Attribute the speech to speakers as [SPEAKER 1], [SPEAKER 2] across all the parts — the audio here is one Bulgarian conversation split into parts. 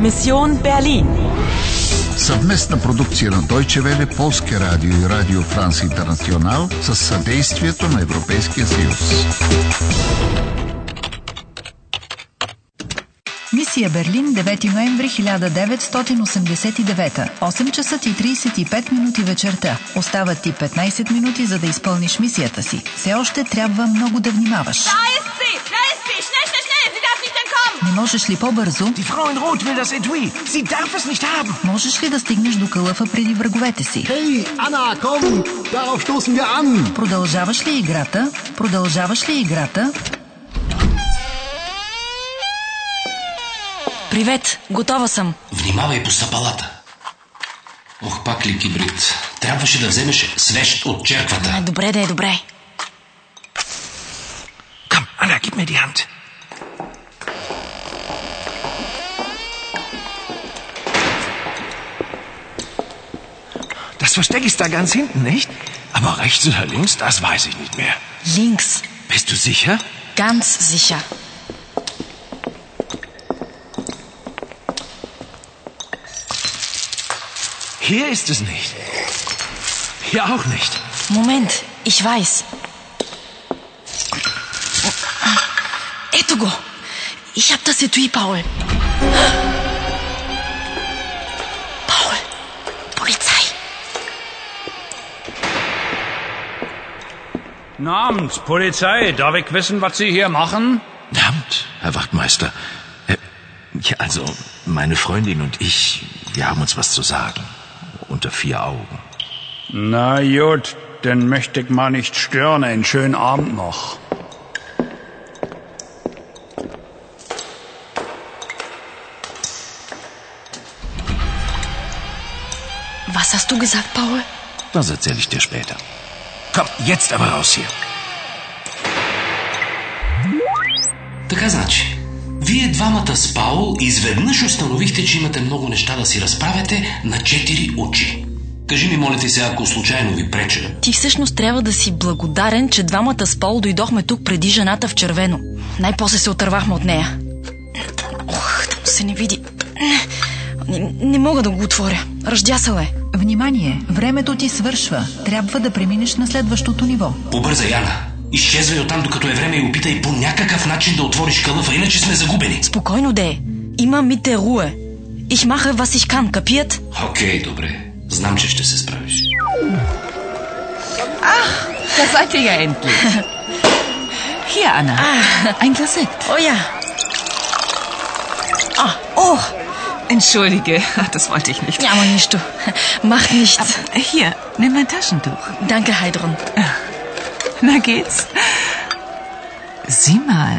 [SPEAKER 1] Mission Berlin.
[SPEAKER 2] Съвместна продукция на Deutsche Welle, Полския радио и Радио Франс Интернационал с съдействието на Европейския съюз.
[SPEAKER 3] Мисия Берлин, 9 ноември 1989, 8 часа и 35 минути вечерта. Остават ти 15 минути, за да изпълниш мисията си. Все още трябва много да внимаваш.
[SPEAKER 4] Da ist sie! Da ist sie! Schnell, schnell, schnell! Sie darf nicht entkommen!
[SPEAKER 3] Не можеш ли по-бързо?
[SPEAKER 5] Die Frau in Rot will das Etui. Sie darf es nicht haben.
[SPEAKER 3] Можеш ли да стигнеш до кълъфа преди враговете си?
[SPEAKER 6] Hey, Anna, komm! Darauf stoßen wir an!
[SPEAKER 3] Продължаваш ли играта? Продължаваш ли играта?
[SPEAKER 1] Привет, готова съм.
[SPEAKER 7] Внимавай по стъпалата. Ох, пак ли кибрид? Трябваше да вземеш свещ от черквата.
[SPEAKER 1] Добре, да е добре.
[SPEAKER 5] Komm, Anna, gib mir die Hand. Das Versteck ist da ganz hinten, nicht? Aber rechts oder links, das weiß ich nicht mehr.
[SPEAKER 1] Links.
[SPEAKER 5] Bist du sicher?
[SPEAKER 1] Ganz sicher.
[SPEAKER 5] Hier ist es nicht. Hier auch nicht.
[SPEAKER 1] Moment, ich weiß. Ето го. Ich hab das Etui, Paul. Paul, Polizei.
[SPEAKER 8] Namens, Polizei, darf ich wissen, was Sie hier machen?
[SPEAKER 7] Verdammt, Herr Wachtmeister. Äh, Ja, also, meine Freundin und ich, wir haben uns was zu sagen. Unter vier Augen.
[SPEAKER 8] Na gut, dann möchte ich mal nicht stören. Einen schönen Abend noch.
[SPEAKER 1] Was hast du gesagt, Paul?
[SPEAKER 7] Das erzähle ich dir später.
[SPEAKER 5] Komm, jetzt aber raus hier.
[SPEAKER 7] Така значи, вие двамата с Паул изведнъж установихте, че имате много неща да си разправяте на четири очи. Кажи ми, моля ти се, ако случайно ви преча.
[SPEAKER 1] Ти всъщност трябва да си благодарен, че двамата с Пол дойдохме тук преди жената в червено. Най-после се отървахме от нея. Ох, да му се не види. Не, не мога да го отворя. Ръждясал е.
[SPEAKER 3] Внимание! Времето ти свършва. Трябва да преминеш на следващото ниво.
[SPEAKER 7] Побърза, Яна. Изчезвай оттам, докато е време и опитай по някакъв начин да отвориш кълъфа, иначе сме загубени.
[SPEAKER 1] Спокойно де. е. Има мите руе. Ich mache, was ich kann, капият?
[SPEAKER 7] Окей, добре. Знам, че ще се справиш.
[SPEAKER 9] Da seid ihr ja endlich. Hier, Anna.
[SPEAKER 1] Ah.
[SPEAKER 9] Ein Glas Sekt.
[SPEAKER 1] О, я.
[SPEAKER 9] Entschuldige, das wollte ich nicht.
[SPEAKER 1] Няма нищо. Мах nichts.
[SPEAKER 9] Hier, nimm mein Taschentuch.
[SPEAKER 1] Danke, Heidrun.
[SPEAKER 9] Na geht's? Sieh mal.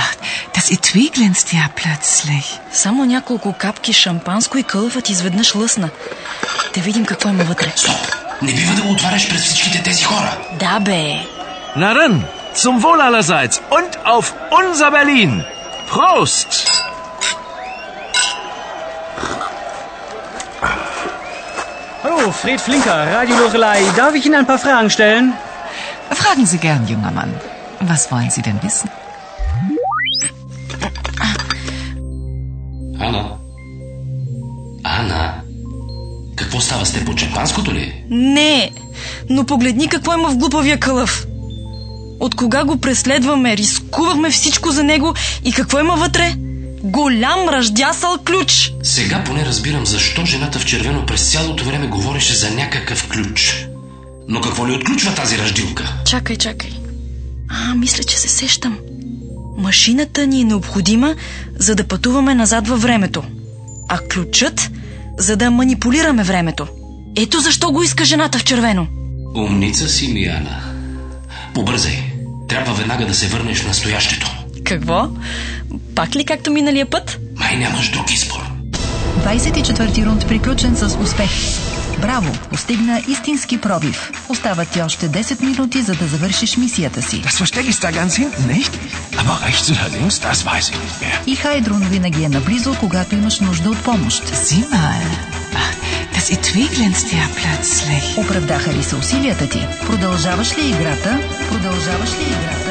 [SPEAKER 9] Ach, das Etui glänzt ja plötzlich.
[SPEAKER 1] Само няколко капки шампанско и кълъфът изведнъж лъсна. Да видим какво има вътре.
[SPEAKER 7] Стоп! Не бива да го отваряш пред всичките тези хора.
[SPEAKER 1] Да, бе.
[SPEAKER 5] Na dann, zum Wohl allerseits und auf unser Berlin. Prost!
[SPEAKER 10] Hallo, Fred Flinker, Radio Lorelei. Darf ich Ihnen ein paar Fragen stellen?
[SPEAKER 9] Fragen Sie gern, junger Mann. Was wollen Sie denn wissen?
[SPEAKER 7] Ана. Ана. Какво става с теб по чапанското ли?
[SPEAKER 1] Не, но погледни какво има в глупавия кълъв. От кога го преследваме, рискувахме всичко за него и какво има вътре? Голям ръждясал ключ!
[SPEAKER 7] Сега поне разбирам защо жената в червено през цялото време говореше за някакъв ключ. Но какво ли отключва тази ръждилка?
[SPEAKER 1] Чакай, чакай. А, мисля, че се сещам. Машината ни е необходима, за да пътуваме назад във времето. А ключът, за да манипулираме времето. Ето защо го иска жената в червено.
[SPEAKER 7] Умница си, Мияна. Побързай. Трябва веднага да се върнеш в настоящето.
[SPEAKER 1] Какво? Пак ли както миналия път?
[SPEAKER 7] Май нямаш друг избор.
[SPEAKER 3] 24-ти рунд приключен с успех. Браво! Постигна истински пробив. Остават ти още 10 минути, за да завършиш мисията си.
[SPEAKER 5] Das Versteck ist da ganz hinten, nicht? Aber rechts oder links, das weiß ich nicht mehr.
[SPEAKER 3] И Хайдрун винаги е наблизо, когато имаш нужда от помощ.
[SPEAKER 9] Sieh mal. Ach, das Etui glänzt ja plötzlich.
[SPEAKER 3] Оправдаха ли се усилията ти? Продължаваш ли играта? Продължаваш ли играта?